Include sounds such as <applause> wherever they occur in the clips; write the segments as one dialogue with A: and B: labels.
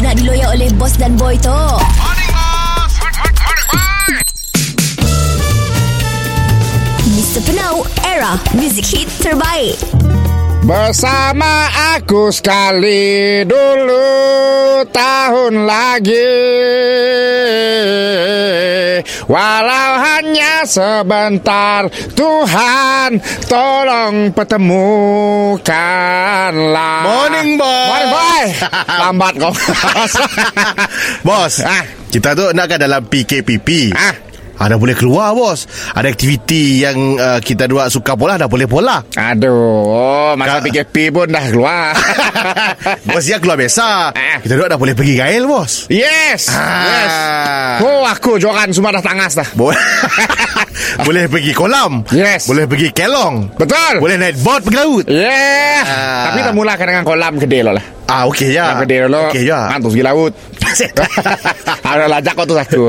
A: oleh Boss dan Boy tu. Mr. Penau, era music hit terbaik.
B: Bersama aku sekali dulu tahun lagi Walau hanya sebentar Tuhan tolong pertemukanlah
C: Morning, boss.
B: Morning
C: <laughs>
B: boy Lambat kau <laughs>
C: Bos
B: Ah.
C: Kita tu nak kan dalam PKPP
B: Ah.
C: Anda boleh keluar bos Ada aktiviti yang uh, kita dua suka pola Dah boleh
B: <laughs>
C: pola
B: Aduh oh, Masa
C: Kak.
B: PKP pun dah
C: <laughs>
B: keluar
C: Bos dia keluar biasa
B: Ah.
C: Kita dua dah boleh pergi gail bos
B: Yes Yes
C: Ah.
B: Oh aku joran semua dah tangas dah
C: Bo- <laughs> Boleh pergi kolam
B: Yes.
C: Boleh pergi kelong
B: Betul
C: Boleh naik board pergi laut
B: Yeah Eh,
C: Ah.
B: Tapi tak mula dengan kolam gede lah lah
C: Ah okey ya
B: Kolam gede dulu
C: Okey ya
B: Mantus pergi
C: <laughs>
B: laut Ada lajak kau tu satu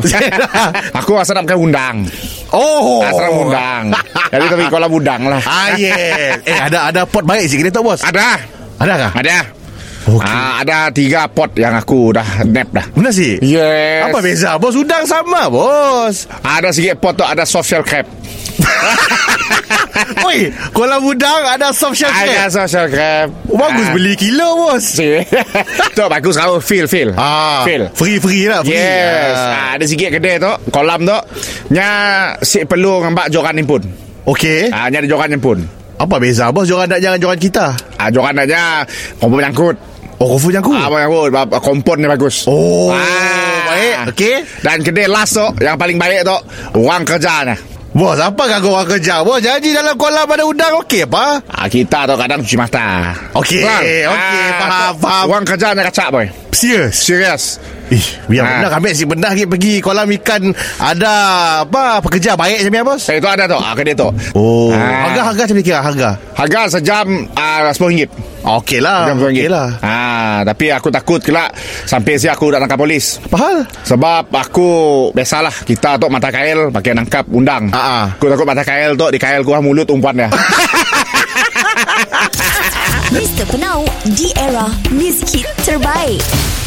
B: Aku asal nak makan undang
C: Oh
B: Asal nak undang Jadi tapi kolam undang lah
C: Ah yes Eh ada ada pot baik sikit ni tu bos
B: Ada
C: Ada kah?
B: Ada
C: Okey.
B: ah, Ada tiga pot yang aku dah nap dah
C: Benar sih?
B: Yes
C: Apa beza? Bos udang sama, bos.
B: Ada sikit pot tu ada social crab
C: <laughs> Oi, kolam udang ada soft shell
B: Ada
C: crab.
B: social crab
C: Oh, Bagus
B: Ah.
C: beli kilo, bos. Ah,
B: Si. <laughs> Tu bagus kau Feel feel Feel
C: free-free lah, free.
B: Ah, Yes
C: Ah.
B: ah. Ada sikit kedai tu Kolam tu Nya Si perlu ngambak joran ni pun
C: Okey.
B: ah, Nya ada joran ni pun
C: Apa beza, bos? Jangan nak jangan jangan kita.
B: ah, Joran aja Kompon nyangkut
C: Oh, kofu yang aku.
B: ah, Apa nyangkut ah, Kompon ni bagus
C: Oh, baik. Okey.
B: Dan kedai last tu Yang paling baik tu Orang kerja ni
C: Bos, apa kah kau orang kerja? Bos, janji dalam kolam ada udang okey apa?
B: ah, Kita tu kadang cuci mata
C: Okey,
B: Faham?
C: okey, faham,
B: tu,
C: faham.
B: Orang kerja ni kacak boy
C: Serius.
B: Serius
C: Ih, biar
B: Ah.
C: benar kami si benar pergi, pergi kolam ikan ada apa pekerja baik macam ni, bos?
B: Saya tu ada tu ah, Kedai tu
C: Oh,
B: Ah.
C: harga harga macam ni kira harga.
B: Harga sejam ah, RM10
C: Okey lah.
B: Jam RM10
C: Okey lah.
B: ah, Tapi aku takut kelak Sampai si aku nak tangkap polis
C: Apa hal?
B: Sebab aku Biasalah Kita tu mata kail Pakai nangkap undang
C: Ah, ah.
B: Aku takut mata kail tu Di kail kurang mulut umpan dia
A: Mr. Penau, di era music hit terbaik.